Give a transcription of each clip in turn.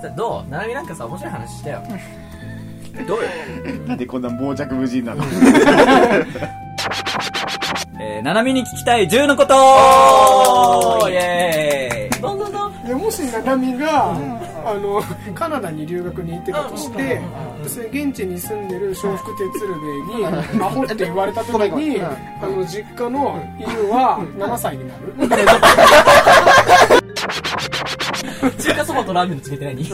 さどう七海なんかさ面白い話したよどうよなんでこんな傍若無人なのえー、ななみに聞きたい10のことイエーイどんどんどんでもしナナミが、あのカナダに留学に行ってたとして、でそれ現地に住んでる笑福亭鶴瓶に、アホって言われた時に、あの実家の犬は7歳になる、中華そばとラーメンの違いって何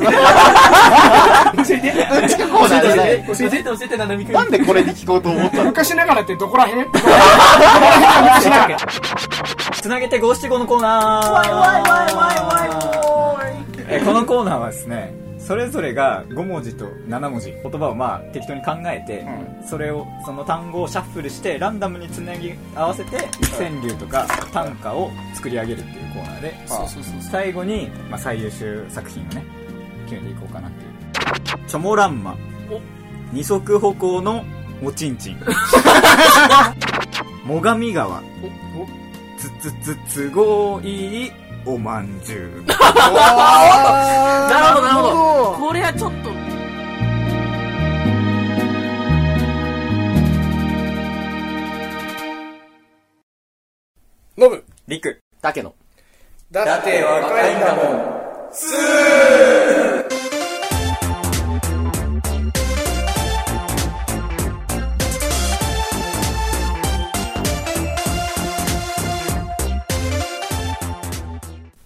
教えてうんちくコーナーじゃない教えて教えて七海くんなんでこれに聞こうと思ったの昔ながらってどこら辺どこら辺が昔ながらつなげて五七五のコーナーえーこのコーナーはですねそれぞれが5文字と7文字言葉をまあ適当に考えて、それをその単語をシャッフルしてランダムにつなぎ合わせて川柳とか短歌を作り上げるっていうコーナーで最後に、まあ、最優秀作品をね決めていこうかなっていう「チョモランマ」二足歩行のおちんち ん最上川つつつつごいおまんじゅ うなるほどなるほどこれはちょっとノブ、りくだけの。だって若いんだもん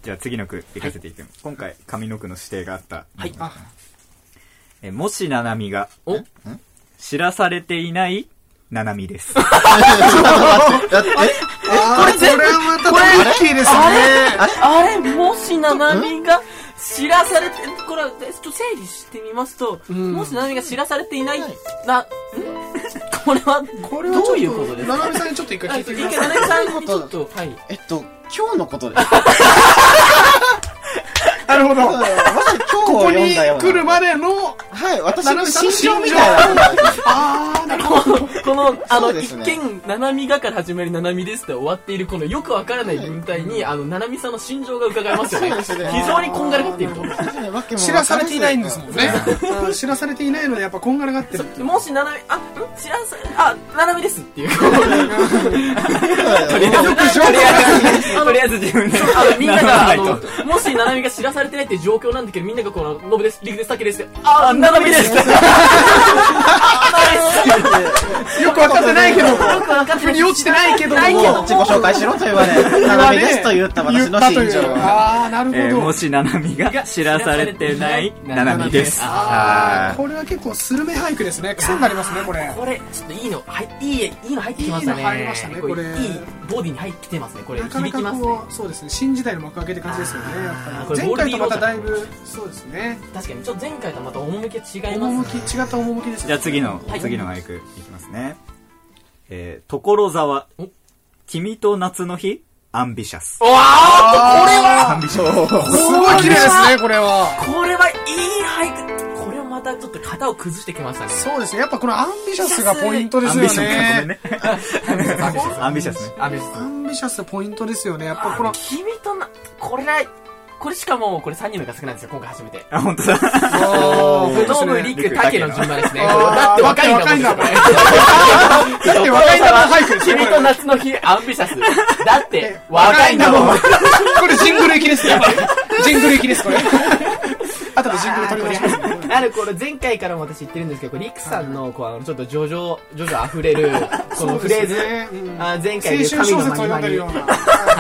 じゃあ次の句行かせていく、今回上の句の指定があった、はいえもしななみがお知らされていないななみですあーこれはまたトリッキーですねあれあれもしななみが知らされてこれはちょっと整理してみますと、もしななみが知らされていない、な、んこれはこれはどういちうょこっととですナかナミさんにちょっと一回あ聞一いて回くださいななみさんにちょっとはいえっと今日のことですななるほどまさに今日こをこ読にんだような来るまでのはい私ナナのミさんの心心情情みたいなああなるほど この、あその、うで一すね見、ななみがから始まり、ななみですって終わっている、このよくわからない文体に、あの、ななみさんの心情が伺えますよ ね。そうですね非常にこんがらがっていると。知らされていないんですもんねうん知らされていないのでやっぱこんがらがってるでもし、ななみ、あ、ん知らんさ、あ、ななみですっていう。とりとりあえ ず、とりあえず自分であの、みんな名乗らが、なあ いとの、もし、ななみが知らされてないっていう状況なんだけど、みんながこの、のぶです、りくです、たけですって、あ、ななみですって。 あ、 ななみですよくわかってないけどよくわかって腑ないに落ちてないけどもないけど自己紹介しろと言われ、ななみですと言った私の心情言ったというああなるほど、えーもしななみが知らされてないななみですああーこれは結構スルメ俳句ですね癖になりますねこれこれ、ちょっといいの、はい、いい、いいの入ってきましたね。いいの入りましたねこれいいボディに入ってきてますね、これ。なかな響きかますこね。うそうですね新時代の幕開けって感じですよねやっこぱれり前回とまただいぶそうですね確かに、ちょっと前回とはまた趣が違いますね。趣違った趣ですねーじゃあ次の、はい次の俳句いきますねえー所沢お君と夏の日アンビシャスおわアンビシャすごい綺麗ですねこれはーこれはいい俳句これをまたちょっと型を崩してきましたね。そうですねやっぱこのアンビシャスがポイントでスアすンよビシャスねごめんねねアンビシャスねあれです。アンビシャスポイントですよねやっぱこの君とな、これ、これしかも、これ3人のが少ないんですよ、今回初めて。あ本当だあーノブ、そうですねリク、タケの順番ですね。だあっーて若いんだもん。だって若いんだだって若いんだもん俳句ですよ君と夏の日、アンビシャス。だって若若いいんんだだももんん。これジングル行きですねジングル行きですこれあとでジングル取りましょ うあるこれ前回からも私言ってるんですけど、これリクさんの、こう、あの、ちょっと叙々、叙々溢れる、このフレーズそうですねう。んあ前回青春で小神説をのまに読まんでるによう。な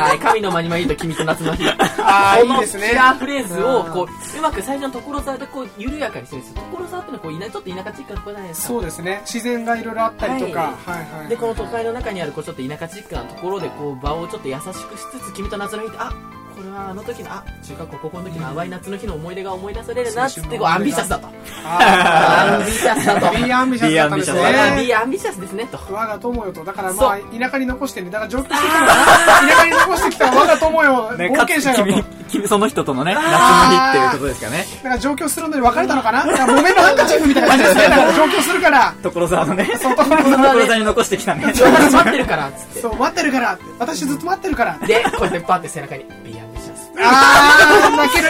はい、神のまにまにと君と夏の日。あーこのいいですねキラーフレーズを、こう、うまく最初の所沢でこう、緩やかにしてるんですよ。所沢ってのはこう、いなちょっと田舎地域のとこじゃないですか。そうですね自然がいろいろあったりとか、はい、はいでこの都会の中にあるこうちょっと田舎チックなところでこう場をちょっと優しくしつつ君と夏の日ってあこれはあの時のあ中学校高校の時の淡い夏の日の思い出が思い出されるなっつってこうアンビシャスだとアあン ビシャスだとー B アンビシャスだったんですね B 我が我 B アンビシャスですねとが我が友よとだからそまあ田舎に残してねだから上京してきたら田舎に残してきたら我が友よね、冒か険つ者よ君とだ、君、その人とのね、夏の日っていうことですかね。から上京するのに別れたのかなだから木綿のハンカチーフみたいな感じですねだか ら上京するから所沢のね、そう所沢のね所沢に残してきたね。待ってるからっつってそう待ってるからって私ずっと待ってるから でこうやってバッて背中に B アンビシャスあー、泣ける。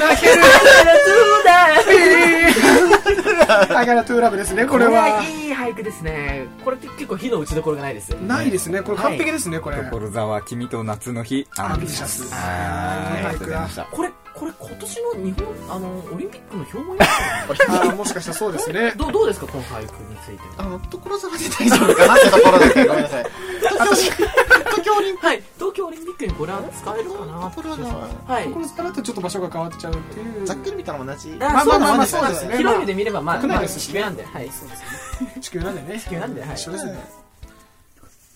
泣ける。I gotta do love ですね、こ これれはは。いい俳句ですねこれって結構火の打ちどころがないですよないですね、これ完璧ですね、これ。所沢君と夏の日アアンンビビシシャャススはいありがとうございましたこれこれ今年の日本あのオリンピックの表もやったんですかあーもしかしたらそうで すね。どうどうですかこの俳句についてはあの、所沢で大丈夫かなってところですけど、ごめんなさい。東京オリンピはい東京オリンピックにこれは使えるかな所沢はいこの差だとちょっと場所が変わっちゃうっていック、ざっう。くり見たら同じ。あまあまあまあそうですね広い目で見ればまあ国ま内あですし地球なんではい地球なんでね。地球なんではい一緒ですね。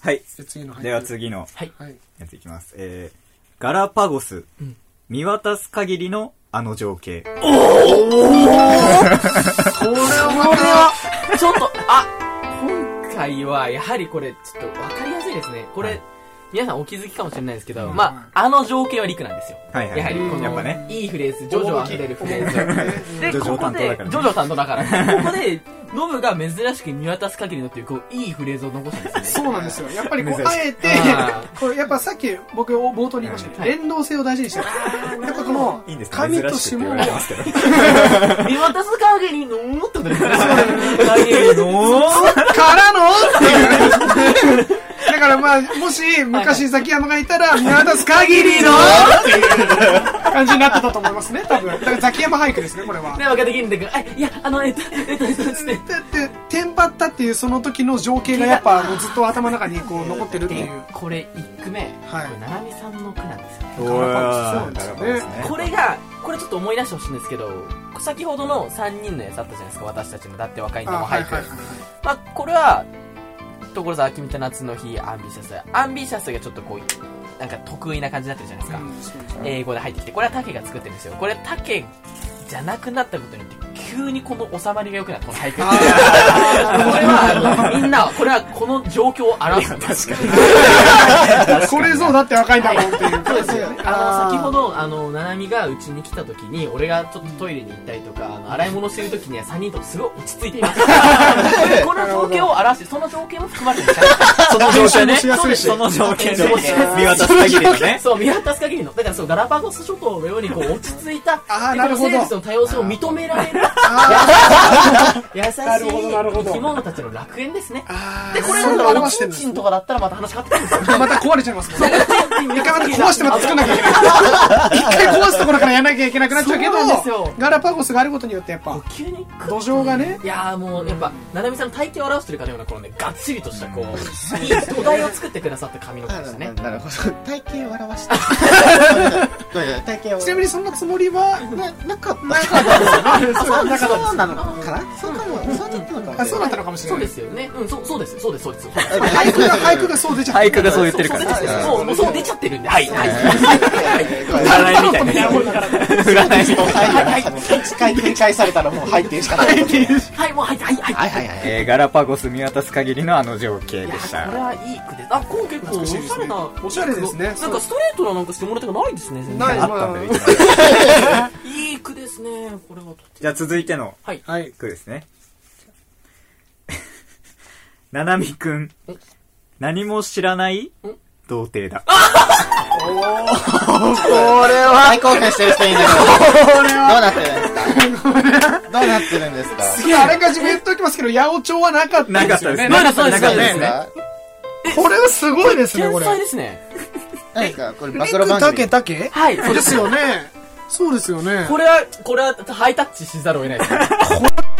はいじゃあ次の。では。次のはい。やついきますえーガラパゴスうん見渡す限りのあの情景これは、ちょっとあ今回はやはりこれちょっと分かりやすいですねこれ、はい皆さんお気づきかもしれないですけど、うんまあ、あの情景は陸なんですよ。はいはいやはり、この、やっぱねいいフレーズ、ジョジョ溢れるフレーズ。で、ジョジョここ担当だでからね、ジョジョ担当だから、ここで、ノブが珍しく見渡す限りのっていう、こう、いいフレーズを残したん ですそうなんですよ。やっぱりこ珍う、しいあえてあ、これやっぱさっき僕冒頭に言いましたけど、はい連動性を大事にしてる。やっぱこのいいんです、か神珍としく下って言わのれてますけどね。見渡す限りのーってことですよ ね。限りのからのだからまあ、もし昔ザキヤマがいたら、見渡す限り のっていう感じになってたと思いますね、多分。だからザキヤマ俳句ですね、これは。で、若手芸人で、あ、いや、あの、えっと、えっと、えっと、つって。だって、テンパったっていうその時の情景がやっぱもうずっと頭の中にこう残ってるっていでう。、これ1句目、はいこれ、ななみさんの句なんですよ。おーガラパゴスねこれがこれちょっと思い出してほしいんですけど先ほどの3人のやつあったじゃないですか私たちの「だって若いんだもん」あ、は俳い句、はいはい。まあ、これは所沢君と夏の日アンビシャスアンビシャスがちょっとこうなんか得意な感じになってるじゃないですか、うんそうですね英語で入ってきてこれはタケが作ってるんですよこれタケじゃなくなったことによって急にこの収まりが良くなったこの俳句これはあのみんなこれはこの状況を表すんですこれぞだって若いんだもんっていう。そうですよね。あの、あー先ほど、あの、ななみがうちに来た時に、俺がちょっとトイレに行ったりとか、あの、洗い物してる時には3人ともすごい落ち着いていま した。この情景を表して、その情景も含まれてるんですよその状況ねしやすいしその状況そうですねで見渡す限りのねそう、見渡す限りの。だからそう、ガラパゴス諸島のように、こう、落ち着いた、あーでなるほこのど生物の多様性を認められる、優しいなるほどなるほど生き物たちの楽園ですね。あーで、これ、そんなあの、表しチてるンんですチンとかだったらまた話変わってくるんですよ。また壊れちゃいますも んね。一回また壊してまた作んなきゃいけない。一回壊すところからやらなきゃいけなくなっちそゃうなんでうすけどよ、ガラパゴスがあることによってやっぱ、急に土壌がね、いやーもうやっぱ、ななみさんの体型を表してるかのようなこのねがっちりとしたこういい土台を作ってくださった髪の毛でしたねなるほど。体型を表して。ごめんなさい体型を。ちなみにそんなつもりは、な、なかった。なかったですよね。そう、なかった。そうなのかかなそうかも。そうだったのかも。あそうだったのかもしれそうなでい。すよねうんそうそうですそうですそうですそうです俳句が、俳句がそう出ちゃった。俳句が そう言ってるそかう出ちゃらってるそうもうそう出ちゃってるんではいはい占いみたいなやつ占いみたいなはいはい。一回展開されたらもう入ってしかない。はいもうはいはいはいはいはいはい。えーガラパゴス見渡す限りのあの情景いでやし たーこれはいい句ですあ今日結構おしゃれなおしゃれですねなんかストレートななんかしてもらったがないですね全然ないあったんだよいつもいい句ですねこれはとってじゃあ続いてのはいはい。句ですね ななみくん何も知らない童貞だこれは。大興奮してる人いるんだけど。どうなってるんですかど次、あらかじめ言っておきますけど、八百長はなかったんですよね。なかったですうなってるんですなかかこれはすごいですね、天これ。才ですね何ですかこれ暴露肉番だ組け。だけはいそうでですすよね。そうですよね。これはこれはハイタッチしざるを得ないです ね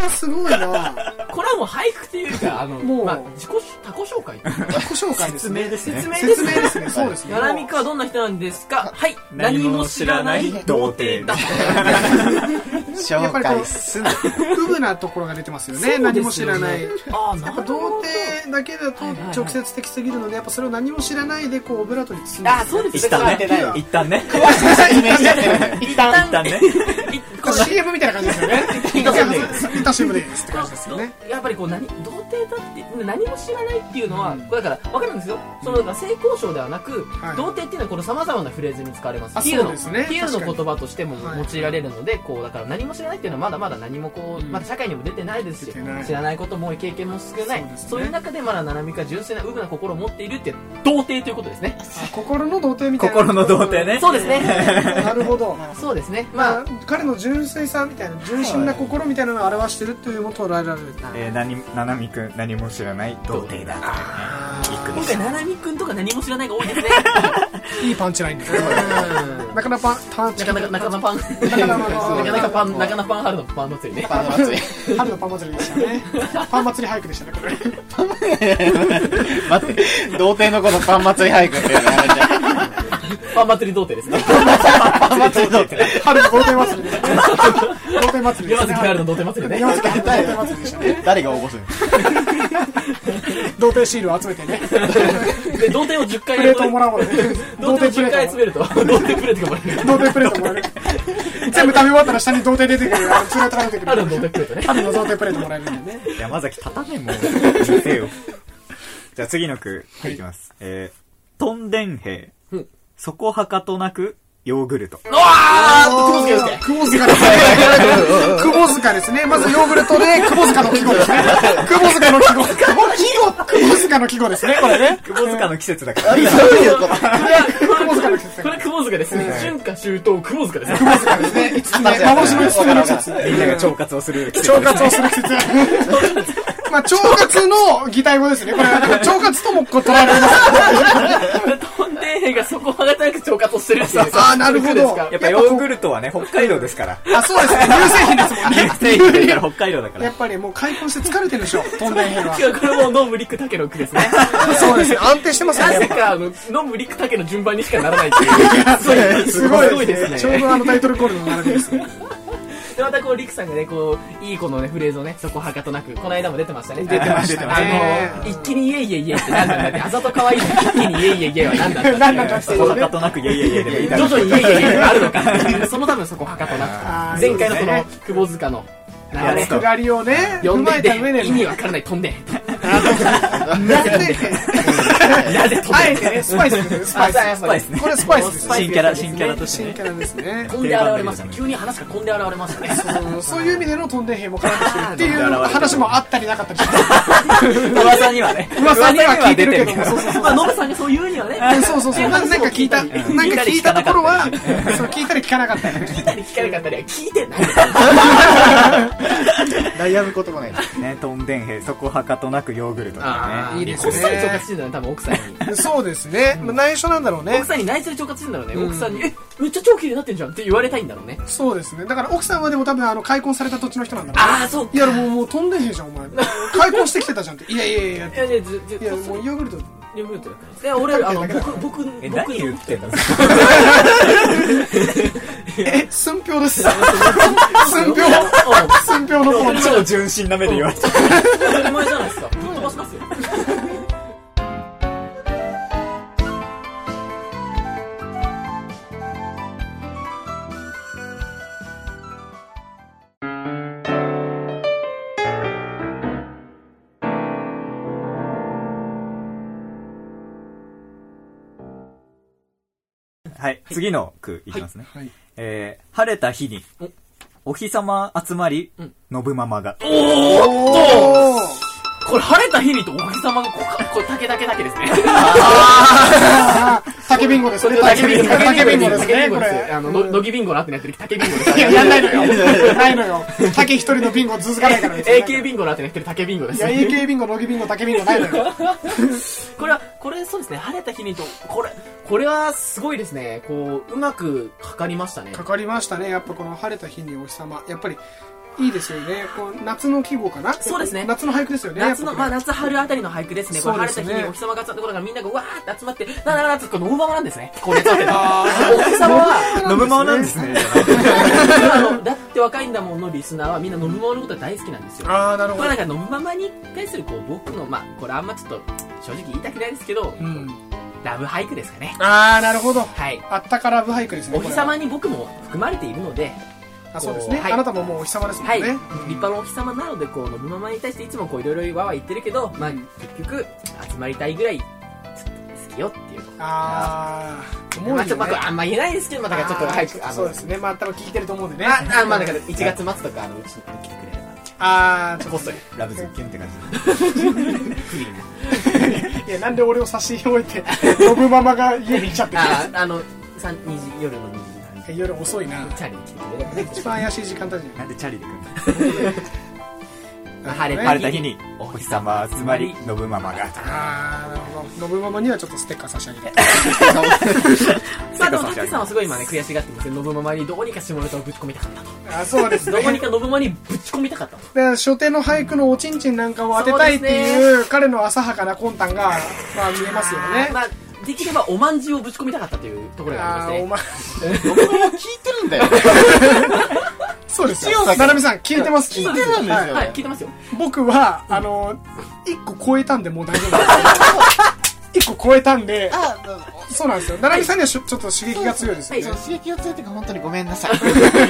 れすごいな。これはもう俳句っていうか、あの、もうまあ、自己、他己紹介。自己紹介ですね。ですね。説明で説す明ね。ですね。そうですね。ナナミクはどんな人なんですかはい。何も知らない童貞だ紹介すな。不具なところが出てますよそうですね。よね何も知らない。ああ、なやるほっぱど。童貞だけだとはいはいはい直接的すぎるので、やっぱそれを何も知らないで、こう、オブラートに包んで。ああ、そうです一旦ねだから一旦ね一旦一旦一旦ね一旦 CM みたいな感じですよね インターホンですインターシムですって感じですよねやっぱりこう何童貞だって何も知らないっていうのは、これだから分かるんですよそのだから性交渉ではなく、はい童貞っていうのはこのさまざまなフレーズに使われますあ比喩そうのですね比喩の確かに言葉としても用いられるので、こうだから何も知らないっていうのはまだまだ何もこう、うんまだ社会にも出てないですし出てない知らないことも多い経験も少ないそうそう,、ですねいう中でまだ七海が純粋なウブな心を持っているっていう童貞ということですねあ心の童貞みたいな心の童貞 ねそうです ねなるほどそうですねままああ彼の純粋さみたいな純真な心みたいなのを表してるというのも捉えられるえー、何ななみくん何も知らない童貞だからね今回七海くんとか何も知らないが多い ですねいいパンチラインですねうんなかなかパンなかなかなかなかパンなかななかなかかパンなかなかパン春のパン祭りねパン祭り。春のパン祭りでしたねパン祭り俳句でしたねこれ待って、童貞のことパン祭り俳句っていうのやめて。パン祭り童貞 ですねパン祭り童貞。春の童貞祭りですね童貞祭り山でしたね崎春の童貞祭りね山崎春の童貞祭りでしたね誰が応募するの童貞シールを集めてねで童貞を10回プレートをもらおうね童貞を10回童集めると童貞プレートがもらえる貞プレートもらえる全部食べ終わったら下に童貞出てくるあのプレートが出てく春の童貞るプレートね春の童貞プレートもらえるんでね山崎立たねえもんうるせえよじゃあ次の句いきます、えー、とんでん兵うんそこはかとなくヨーグルトうわーっと黒助ですね久保塚ですね。久保塚ですね。まずヨーグルトで久保塚の季語ですね。久保塚の季語。久保久保塚の季語ですね、これね。 窪塚の季節だから久保塚の季節これ窪塚ですね春夏秋冬窪塚ですね久保塚ですね。いつね、幻の一つの季節。みんなが腸活をする季節腸活をする季節。 まあ、腸活の擬態語ですね。これは、腸活ともこう捉えられます。飛んでがそこはがたく腸活をしてるっていうあ ーなるほどそういうことやでっぱヨーグルトはね北海道ですからあ、そうですね。乳製品ですもんね。製品というから北海道だかやらっぱりもう開墾して疲れてるでしょ、トンデンヘルはす。か違うこれもノムリックタケの句ですねそうですね。安定してますなねぜ。かあのノムリックタケの順番にしかならないって いうすごいすごいすごいですねちょうどあのタイトルコールの並びですね。でまたこうリクさんがねこういい子のねフレーズをねそこはかとなくこの間も出てましたね出てましたねあの一気にイエイイエイイエイってなんなんだ ってあざと可愛いのに一気にイエイイエイイエイはなんなんだって何なんだってそこはかとなくいやいやいやでもいいだ徐ろ々にイエイイエイイエイがあるのかそのためのそこはかとあなーく前回のそこうですねの窪塚の流やれつとくだりをね、読踏んまえでた上いてで意ね味わからない飛んでななぜぜ飛んあえでてね、スパイスですね、スパイス。スパイスねこれスパイスですね。新キャラ新キャラとして新ねキャラですね。飛んで現れま したね急に話が飛んで現れましたねそうそういう意味でのトンデン兵も絡んできてるっていう話もあったりなかったりして噂にはね噂には聞いてるけども、そうそうそう。まあノブさんがそう言うにはねそうそうそう。なんか聞いた、なんか聞いたところ は、そう聞いたり聞かなかったり。聞いたり聞かなかったりは聞いてない悩むこともない。ねとんでん兵そこはかとなくヨーグルトだあーいねいですこねっそり腸活してんだよね多分奥さんにそうですね。まあ内緒なんだろうね奥。さんに内緒で腸活してんだろうね、奥さんに「えめっちゃ超綺麗になってんじゃん」って言われたいんだろうねそうですね。だから奥さんはでも多分、あの、開墾された土地の人なんだろうねああそういやもうもう飛んでへんじゃんお前開墾してきてたじゃんっていやいやいやいいやいやずずやい やずもうヨーグルトヨーグルトだからいや俺 あの だけだ僕僕え僕何言ってんのえ寸評です 寸評寸評のこの超純真な目で言われた当たり前じゃないですかぶっ飛ばしますよはい次の句いきますねはいえー晴れた日にお日様集まりん信ママがおーこれ晴れた日にとお日様がこかこれ竹だけだけ ですねあー竹ビンゴですね竹ビンゴ竹ビンゴです竹ビねンこゴですれあのの乃木ビンゴの後にやってる竹ビンゴですいややんないのよないのよ竹一人のビンゴ続かないからね AK ビンゴの後にやってる竹ビンゴでいすや AK ビンゴ乃木ビンゴ竹ビンゴないのよこれはこれそうですね晴れた日にとこれこれはすごいですねこううまくかかりましたねかかりましたねやっぱこの晴れた日にお日様やっぱりいいですよねこう夏の季語かなそうですね夏の俳句ですよね夏やの、っぱこれまあ、夏春あたりの俳句ですね。これそ晴うですねれた日にお日様が集まってころからみんながわーって集まって、なあなあなあって、これノブママなんですね。これ集まってるの あお日様は、 信ママなんですねあのだって若いんだもんのリスナーはみんなノブママのことが大好きなんですよ。ああなるほまどあ、なんかノブママに対するこう僕の、まあ、これあんまちょっと正直言いたくないですけど、うんラブ俳句ですかね。ああなるほどはい。あったかラブ俳句ですねお日様に僕も含まれているので、あそうですね、はいあなたももうお日様ですもんはね、い、立派なお日様なのでこう飲みママに対していつもこういろいろわわ言ってるけど、まあ、結局集まりたいぐらいちょっと好きよっていうああ思うまよあ、ちょっとまあこれねあんま言えないですけど、まあ、だからちょっと早くああーのそうですねまあ多分聞いてると思うんでねまあ、あまあだから1月末とかあのうちに来てくれればああちょっこっそりラブズッキュンって感じクリーンなといやなんで俺を差し置い て呼ぶままが家に来ちゃってああのさん二時夜の2時なんで夜遅いなチャリに来てくれればね一番怪しい時間帯じゃないなんでチャリで来るんだ晴れ晴晴れた日にお日様集まり信ママがああなるほど信ママにはちょっとステッカー差し上げてさあでもタッキさんはすごい今ね悔しがってますけど信ママにどうにか下ネタをぶち込みたかったとあーそうですねどうにか信ママにぶち込みたかったとだから初手の俳句のおちんちんなんかを当てたいってそいう彼の浅はかな魂胆が、まあ、見えますよねあーまあできればおまんじゅうをぶち込みたかったというところがああーりおま前僕も聞いてるん だよ。そうですよななみさん聞いてます聞いてるんですよしてはい聞いてますよ僕はあの一個超えたんでもう大丈夫です一個超えたんであ、どうぞそうなんですよななみさんにはしょちょっと刺激が強いですよね、はそう刺激が強いというか本当にごめんなさい。ごめんなさい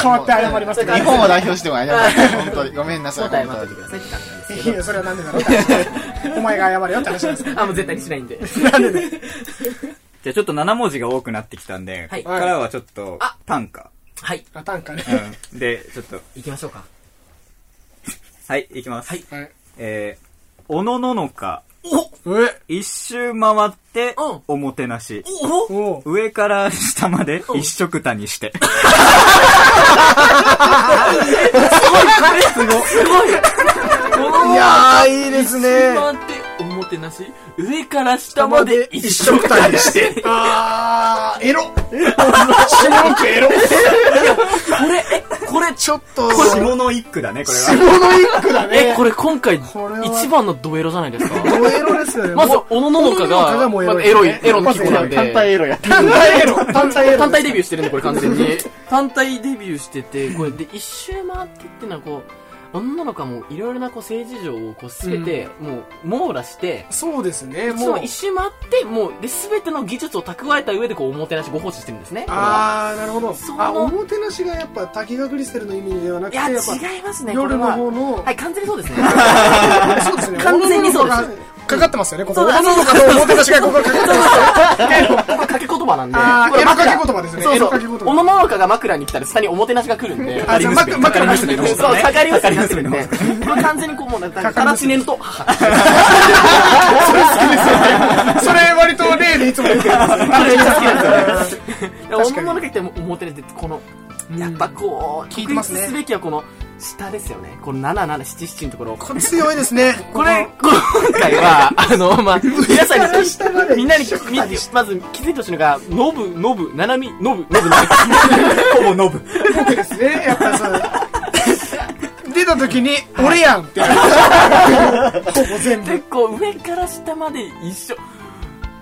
代わって謝ります日本を代表しても謝ります。本当にごめんなさい。答え本待って当てにくださいって感じなんですいやそれはなんでだろうお前が謝れよって話なんですけどあもう絶対にしないんでじゃあちょっと7文字が多くなってきたんで、はいここからはちょっとあ短歌、 はいあ短歌ね、うん、でちょっと行きましょうかはいいきます、はいはいえー、おのののかお一周回ってうんおもてなし、 おおおう上から下まで一色たにして。すごい いやー、いいですね。なんておもてなし上から下まで一緒くたにしてこあー、エロ。下くエロ。れえこれちょっと、下の一句だね、これは。この一句だえね。これ今回れは一番のドエロじゃないですかドエロですよねまずおのののかおのののかががまもうあエロいエロいエロのま気ず分なんで単体エロやった。単体エロ単体エロ単体デビューしてるんでこれ完全 に単体デビューしててこれで一周回ってっていうのはこう女の子もいろいろなこう性事情をこう全てもう網羅してそうですねもそうう一周回ってもうで全ての技術を蓄えた上でこうおもてなしご奉仕してるんですねこれはああなるほどそのあおもてなしがやっぱ滝川クリステルの意味ではなくいてややっ違いますぱねこれ夜のは方の、はい完全にそうですねそうですね完全にそうですおのののがかかってますよねここそうだおのののがおもてなしがここかかってます掛け言葉なんで。あーこれエロ枕掛け言葉ですねそうエロそう。掛け言葉おのののかが枕に来たら下におもてなしが来るんで。あじゃあ枕枕のそう、ねかかりますになってるんで。これ完全にこう、もう、だから、たらし寝ると、母。それ割と例でいつも 言ってるあれめっちゃ好きなんですよね。おのののか来てもおもてなしって、この、やっぱこう、聞い特てます筆ねすべきはこの、下ですよね。この7、7、7、7のところ。こ強いですねこれ、今回は、あの、まあ、皆さんから下までに、みんなに、みまず気づいてほしいのが、ノブ、ノブ、ナナミ、ノブ、ノブ、ノブ。ほぼノブ。僕ですねやっぱそう出た時に「俺やん!」ってほぼ全部結構上から下まで一緒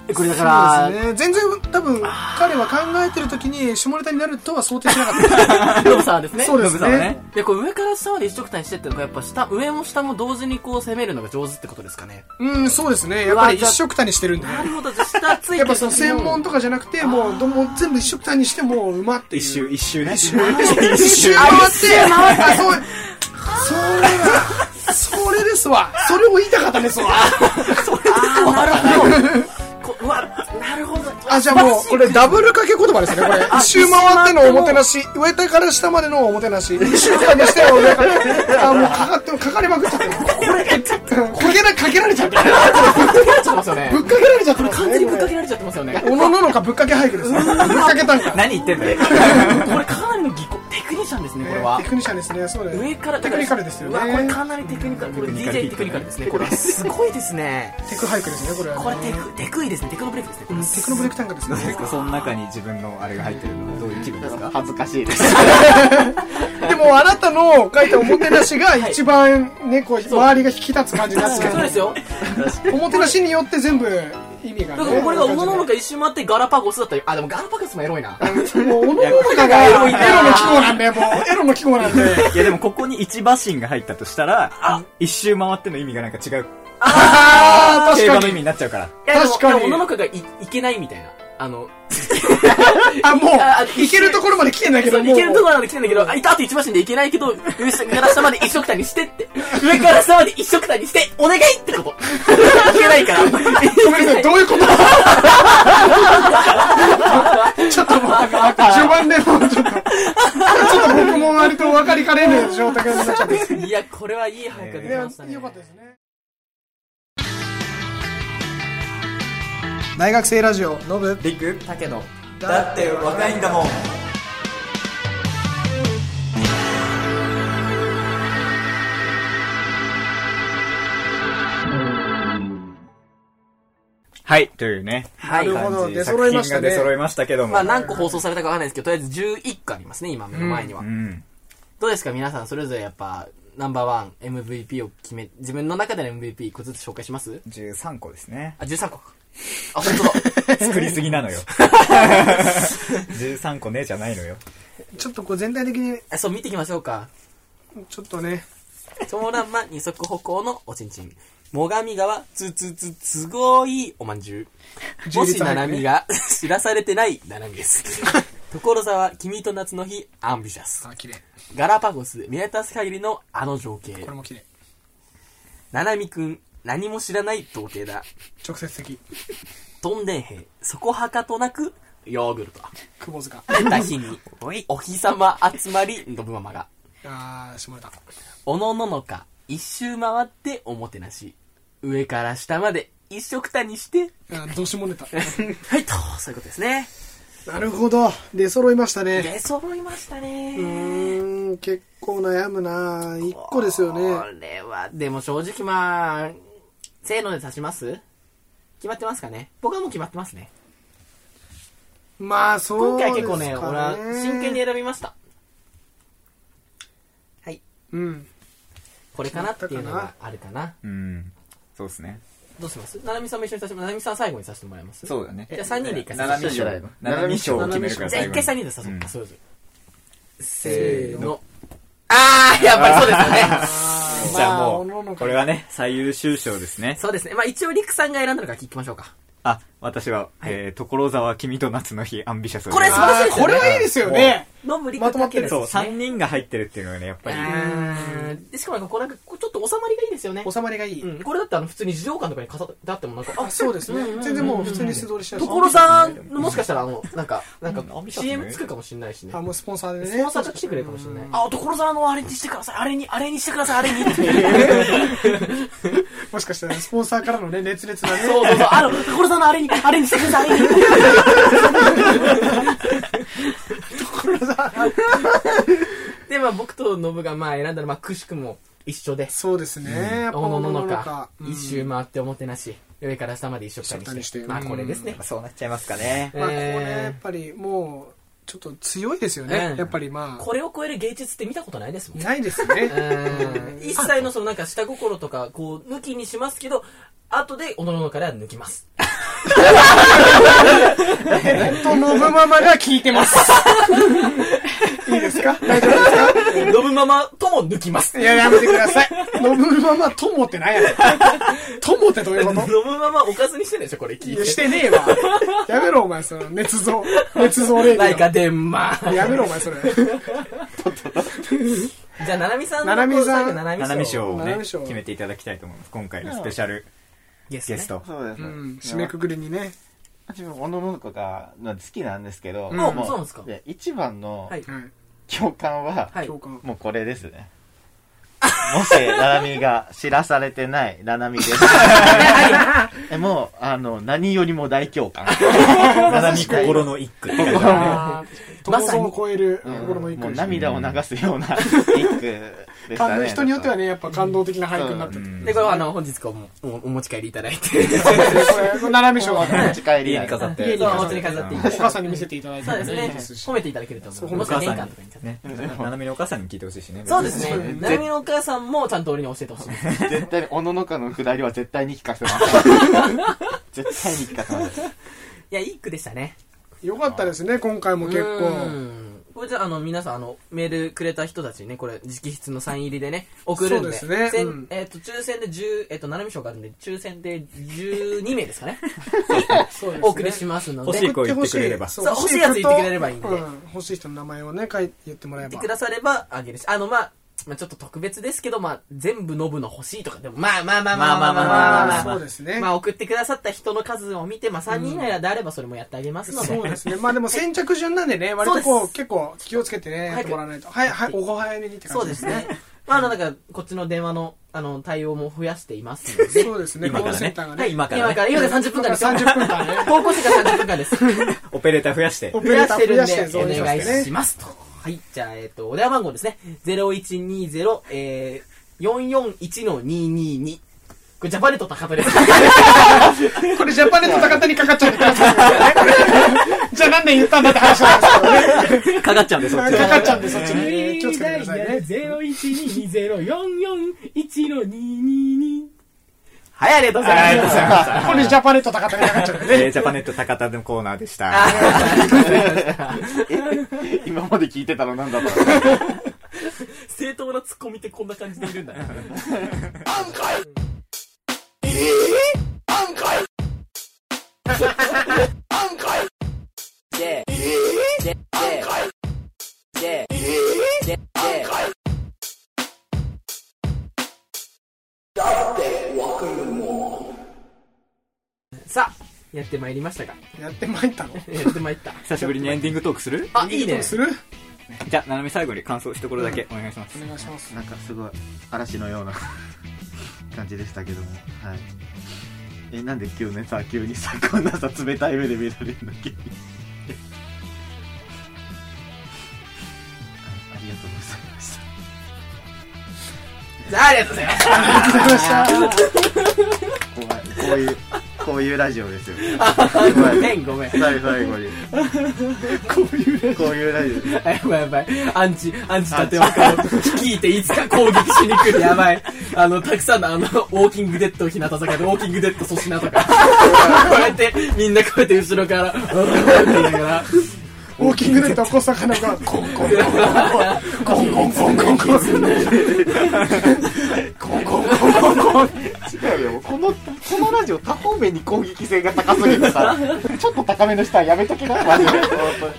えこれだかそら、うですね全然多分彼は考えてる時に下ネタになるとは想定しなかったノブさんはですねそうでノブすさんは ねね。でこう上から下まで一色体してってのがやっぱ下上も下も同時にこう攻めるのが上手ってことですかねうんそうですねやっぱりうわ一色たにしてるんでなるほどじゃあ下ついてやっぱその専門ととかじゃなくてもうどもう全部一色たにしてもう馬って一周、一周ね。一周回ってあそうそれだそれですわそれを言いたかったですわこうわなるほどあ、じゃあもう、これダブル掛け言葉ですね、これ。一周回ってのおもてなし、上手から下までのおもてなし、一周回にしては上から、あ、もうかかって、かかりまくっちゃってる。これ、かけら、かけられちゃってる。ぶっかけられちゃってますよねぶっかけられちゃってる。完全にぶっかけられちゃってますよねおのののかぶっかけ俳句ですね。ぶっかけたんか。何言ってんだよ。 これかなりの技巧テクニシャンですねこれはテクニシャンですね、そうだ上ね。からテクニカルですよねうわこれかなりテクニカルこれ DJ テクニカルですねこれすごいですねテク俳句ですね、これはね。これテクテクいですねテクノブレイクですねこれテクノブレイク短歌ですね。その中に自分のあれが入ってるのはどういう気分ですか恥ずかしいです。でも、あなたの書いたおもてなしが一番ね、こう、周りが引き立つ感じになってそうですよる。おもてなしによって全部意味がだね。からこれがおのののか一周回ってガラパゴスだったりあでもガラパゴスもエロいなもう、おののかがエロの記号なんだよ、もう。エロの記号なんだよ。いやでもここに一馬身が入ったとしたら、一周回っての意味がなんか違う。ああ、確競か馬の意に。味になっちゃうから。いやでも確かにでもおののかがいいけないみたいなあの、あ、もうああ、行けるところまで来てんだけそど、うも行うけるところまで来てんだけど、あ、いたって一番死んでいけないけど、上から下まで一緒くたにしてって。上から下まで一緒くたにして、お願いってこと。いけないから。ごめんなさい、どういうことちょっともう、序盤でもうちょっと、ちょっと僕も割と分かりかねる状態になっちゃって。いや、これはいい俳句がい出やましたね。よかったですね。大学生ラジオノブリク竹野。だって若いんだもんはい、というね。はいなるほど出揃いましたね作品が出揃いましたけども。まあ何個放送されたかわかんないですけど、とりあえず11個ありますね、今目の前には。うん。どうですか皆さんそれぞれやっぱ、ナンバーワン、MVP を決め、自分の中での MVP 一個ずつ紹介します13個ですね。あ、13個か。あ、本当だ。作りすぎなのよ。13個ね、じゃないのよ。ちょっとこう全体的に、あそう、見ていきましょうか。ちょっとね、長男は二足歩行のおちんちん。最上川、つつつ、すごいおまんじゅう。もし、ななみが 知らされてない、ななみです。所沢、君と夏の日、アンビシャス。あ綺麗ガラパゴス、見渡す限りのあの情景これ。も綺麗ななみくん、何も知らない童貞だ。直接的、とんでん兵、そこはかとなく、ヨーグルト。久保塚。出た日に、お日様集まり、のぶママが。あー、しまれた。おのののか、一周回っておもてなし。上から下まで、一緒くたにして、あーどうしもネタ。はい、と、そういうことですね。 なるほど。出揃いましたね。出揃いましたね。うーん、結構悩むな一個ですよこね。れは、でも正直まあ、せーので足します決まってますかね僕はもう決まってますね。まあ、そう今で回すか、ね。結構ね、俺は真剣に。選びました。はい。うん。これかなっていうのがあるかな。うん。そうですね。どどうしますななみさんも一緒にさせて、ななみさん最後にさせてもらいますそうだね。じゃあ3人で一回七させ味ても賞らいま。七味賞を決めるかす。らじゃあ一最後回に。 3人で誘うか、それぞれ。せーの。あー、やっぱりそうですよね。じゃあまあおのおのもう、かこれはね、最優秀賞ですね。そうですね。まあ一応、リクさんが選んだのから聞きましょうか。あ、私は、えー、所沢君と夏の日、アンビシャスをこれ素晴らしいですよねこれはいいですよね。ノブリまクとまだっけてでるす、そう、3人が入ってるっていうのがね、やっぱり。うーんでしかもなんかこうなんかこうちょっと収まりがいいですよね。収まりがいい。うん、これだってあの普通に資料館とかに飾ってあってもなんか、ああ、そうですね。全然もう普通に素通りしちゃうし。所さんのもしかしたらあの、なんか、なんかうん CM つくかもしれないしねあ、。もうスポンサーでね。スポンサーが来てくれるかもしれない。あ、所沢のあれにしてください。あれに、あれにしてください。あれにって。もしかしたらスポンサーからのね、熱烈なね。そうそうそう。あの、所沢のあれに、あれにしてください。あれにで、まあ僕とノブがまあ選んだら、まあくしくも一緒で。そうですね。やっぱおのののかお、のの一周回っておもてなし、上から下まで一緒く一緒くたたににし。しててまあこれですね。そうなっちゃいますかね。まあ、これやえっぱりもう、ちょっと強いですよねう。んやっぱりーまこれを超える芸術って見たことないですもあ、ん。ないですね。うん一切のそのなんか下心とかこう抜きにしますけど後でおのののから抜きますと、のぶママが聞い てます。いいですか大丈夫ですかノブママとも抜きますいや、やめてください。のぶママ、ともってなんやねん。ともってどういうこノとブママおかずにしてるでしょこれ聞いいや、てしてねえわ。やめろ、お前、その、捏造。捏造レデないィかでんまオ。やめろ、お前、それ。じゃあななみさんのななみさん最後ななみ七味賞を七ね、味賞決めていただきたいと思います。今回のスペシャルゲゲスト。そうですうね。ん、締めくくりにね。自分、おのののかが、まあ好きなんですけど、うんもそうなんですかや一番のはいはい。共感は、はい共感。もうこれですね。 もし、ななみが知らされてない、ななみ です。えもう、あの、何よりも大共 感。七味心の一句って感じ だねあーままささにを超えるうん心の一も句うでした。涙を流すような一句でした感動ね。人によってはね、やっぱ感動的な俳句になってうる。んでこれはあの本日こうおお持ち帰りいただいて そうですね、これ、これ斜め賞が持ち帰り家に飾って。家に飾ってお家に飾っていいお母さんに見せていただいそたうでりすもねいいですし褒めていただけると思うおもしくは母玄さ関んとかにに、ね、ななみのお母さんに聞いてほしいしね。そうです別にねななみのお母さんもちゃんと俺に教えてほしい 絶対に、おののかのくだりは絶対に聞かせます。絶対に聞かせます。いやいい句でしたねよかったですね、今回も結う構。んこれじゃあ、あの、皆さん、あの、メールくれた人たちにね、これ、直筆のサイン入りでね、送るんで。そうですねせんうんえっ、と、抽選で10、えっ、と、七海賞があるんで、抽選で12名ですかね。そうですねお送りしますの欲しでい。子言ってくれればそうそう欲しいやつ言ってくれればいいんでうん欲しい人の名前をね書いて言ってもらえ言ってばくださればあげるし、あの、まあ、まあ、ちょっと特別ですけど、まあ、全部ノブの欲しいとかでも、まあまあまあまあまあまあまあまあまそあうですねまあ、送ってくださった人の数を見て、まあ、3人以内であればそれもやってあげますので。そうですねまあでも先着順なんでね割とこそうう結構気をつけてねやってもらわないとはいはいおご早めにって感そうじでですすねね。まあ、あの、なんか、こっちの電話の、あの、対応も増やしていますので。そうですね今コかールらセンねターが。はいね今から今ねか。ら、今から30分間ですよ。 30分間ね 高校生から30分間です。 オペレーター増やしてオ。ペ増レやータしてー増るんやしてそうでで、すお願いしねますと。はい、じゃあ、えっと、お電話番号ですね。0120、えー、441-222。これ、ジャパネット高田です。 これジャパネット高田にかかっちゃうって話ですよねじゃあなんで言ったんだって話なんですけどねかかっちゃうんで、そっちかに。かっちゃうんでそっちにね気をつけてくださいね0120441222。はい、ありがとうごあざりいますがとうご。ざいました。これジャパネット高田にかかっちゃうえージャパネット高田のコーナーでした。今まで聞いてたらなんだったの正当なツッコミってこんな感じでいるんだね。さあ、やってまいりましたか。やってまいったのやってまいった。久しぶりにエンディングトークするあ、いいね。するじゃあ、ななみ最後に感想一言だけお願いします。お願いしますなんかすごい嵐のような感じでしたけどもはいえなんで今日ねさ急にさこんなさ冷たい目で見られるの急にあありがとうございましあたりがとうございます。怖いこういうこういうラジオですよご怖めいん、ごめん。最後にこういうラジオこういうラジオやばいやばい。アンチ、アンチ立岡を率いていつか攻撃しに来る。やばい。あの、たくさんのあの、ウォーキングデッド日向坂で、ウォーキングデッド粗品とか。こうやって、みんなこうやって後ろから、うーんって言いながら。ウォーキングでどこ魚がコンコンコンコンコンコンコンコンコン違うよこのこのラジオ多方面に攻撃性が高すぎてさちょっと高めの人はやめとけなマジで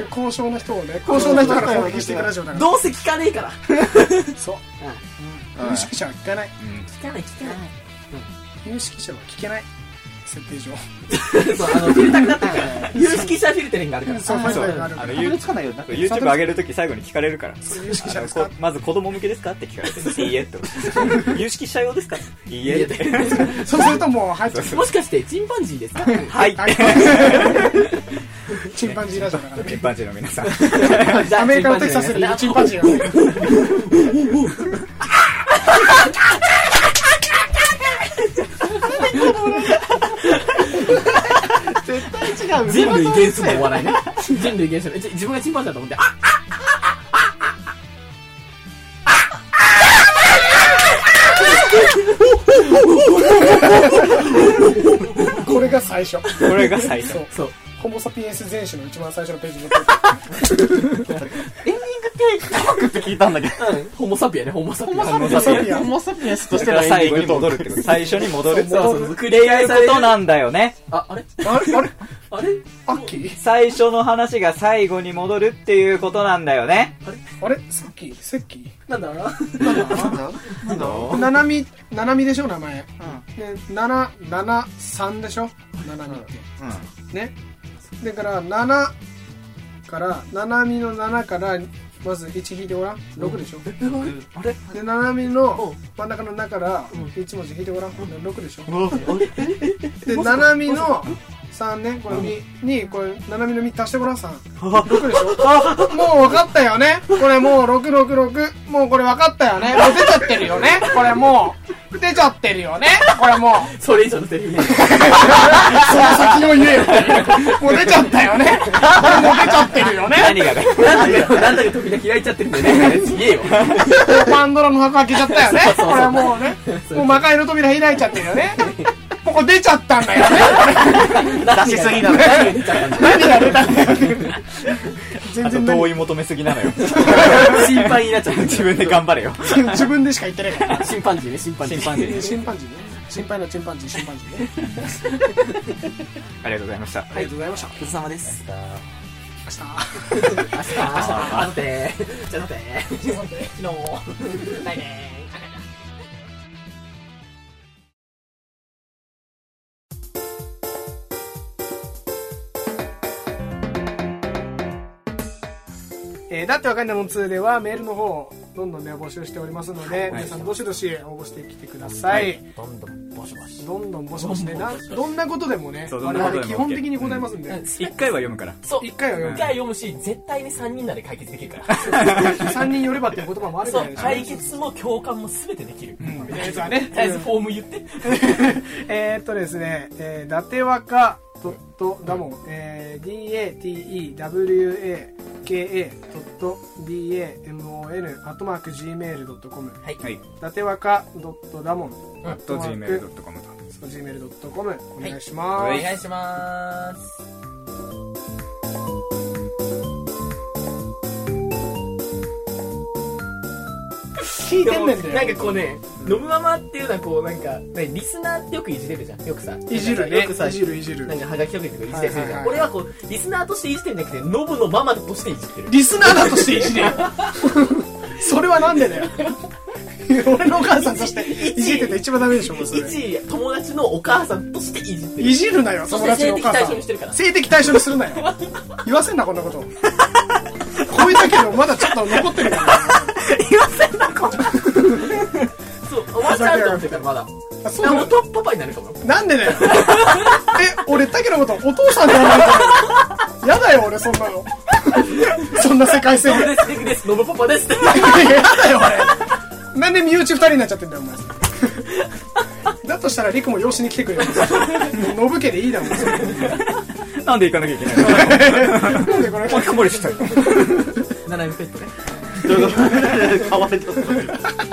高尚な人をね高尚な人から攻撃していくラジオだから どうせ聞かねえから。そううん有識者は聞かない聞かない、聞かない。有識者は聞けない設定上そう、あの、フィルターになってるから。有識者フィルタリングがあるから。そうファイトがあるあかの、らたど YouTube り着かないよなんか YouTube 上げるとき最後に聞かれるから。有識者ですこかまず子供向けですかって聞かれて、いいえって。有識者用ですかいいえって。そうするともう入っちゃう もしかして、チンパンジーですかはい。 チンパンジーラジオだからチねンパンジーの皆さん。アメリカのテキサスにいるチンパンジーがね絶対違う人類原始のお笑いね。人類原始の。じ自分がチンパンジーだと思って、あこれが最初これが最初そ。うそう。ホモサピエンス全史の一番最初のページにエンディングって、って聞いたんだけどうんホモサピエね、ホモサピエ。ホモサピエンスホモサピエンスとそししてたのらエ最ンディン後にグトー戻クるってこと。最初に戻る。そうそうそう。っ繰りてい返うされることなんだよね。あ、あれあれあれあれアッキー最初の話が最後に戻るっていうことなんだよね。あれさっきセッキなんだろうなんだなんだーななみななみでしょ名前で773でしょななみってねだから7からななみの7からまず1引いてごらん6でしょあれでななみのう真ん中の「な」から1文字引いてごらん6でしょうんでななみの3ねこれににこれななみの3足してごらん36でし ょもう分かったよねこれもう666もうこれ分かったよねもう出ちゃってるよねこれもう出ちゃってるよねこれもうそれ以上のセリフね。その先を言えよもう出ちゃったよねこれもう出ちゃってるよね何がだよなんだか、なんだか扉開いちゃってるんだよね。あれすげえ よ。パンドラの箱開けちゃったよねそうそうそうこれもうねもう魔界の扉開いちゃってるよねここ出ちゃったんだ よね出しすぎなの 何が出ちゃったんだよ何が出たんだよね全あと然遠何い求めすぎなのよ審判になっちゃった。自分で頑張れよ 自分でしか言ってないから審判人ね、審判人。審判人えーチンパンジーね心配なチンパンジーチンパンジ ーねありがとうございましたありがとうございましたお疲れ様です。明日明日、明日、あとで。じゃあ、あとで。昨日。来年。えーだってわかんないもん2ではメールの方をどんどんね募集しておりますので、はい皆さんどしどし応募してきてください、どんどん、ボシボシ。どんどん募集してなどんなことでもねそうど我んなことでも々基本的に答えますんで、一回は読むからそう。一回は読む一回読むし、絶対に三人なら解決できるから。 3人寄ればっていう言葉もあるぐそ、らいうですね解 決も共感も全てできる。とりあえずはねとりあえずフォーム言って。えーっとですね、えー、伊達若ドットダモン、えー、datewaka.damon アットマーク gmail.com はい。はい伊達若ドットダモンアッと gmail.com と gmail.com お願いします、お願いします。聞いてんねんだなんよかこうね、飲むままっていうのはこうなんか、ねリスナーってよくいじれるじゃん。よくさ。いじるねよくさ、いじるいじるなんかハガキとかいじったりするじゃん。はいはいはい俺はこう、リスナーとしていじってんじゃなくて、ノブのママとしていじってる。リスナーだとしていじれよそれはなんでだ よ俺のお母さんとしていじってた一番ダメでしょもうそれ一友達のお母さんとしていじってる。いじるなよそ友して達性のお的母対さ象にんしてるから。性的対象にするなよ言わせんなこんなこと超えたけどまだちょっと残ってるから言わせんな、こんな。そう、おばちゃんと思ってるから、まだ。あそうななんのかパパになるかもよ。なんでだよえ俺タケのことお父さんって呼ばれてるやだよ俺そんなのそんな世界ノ線ブです、デクです、ノブパパ ですって。やだよ俺なんで身内二人になっちゃってんだよお前だとしたらリクも養子に来てくれよもう信家でいいだもんなんで行かなきゃいけないのなんでこれおかもりしたいナナミペットね。 ちょっと買われちゃった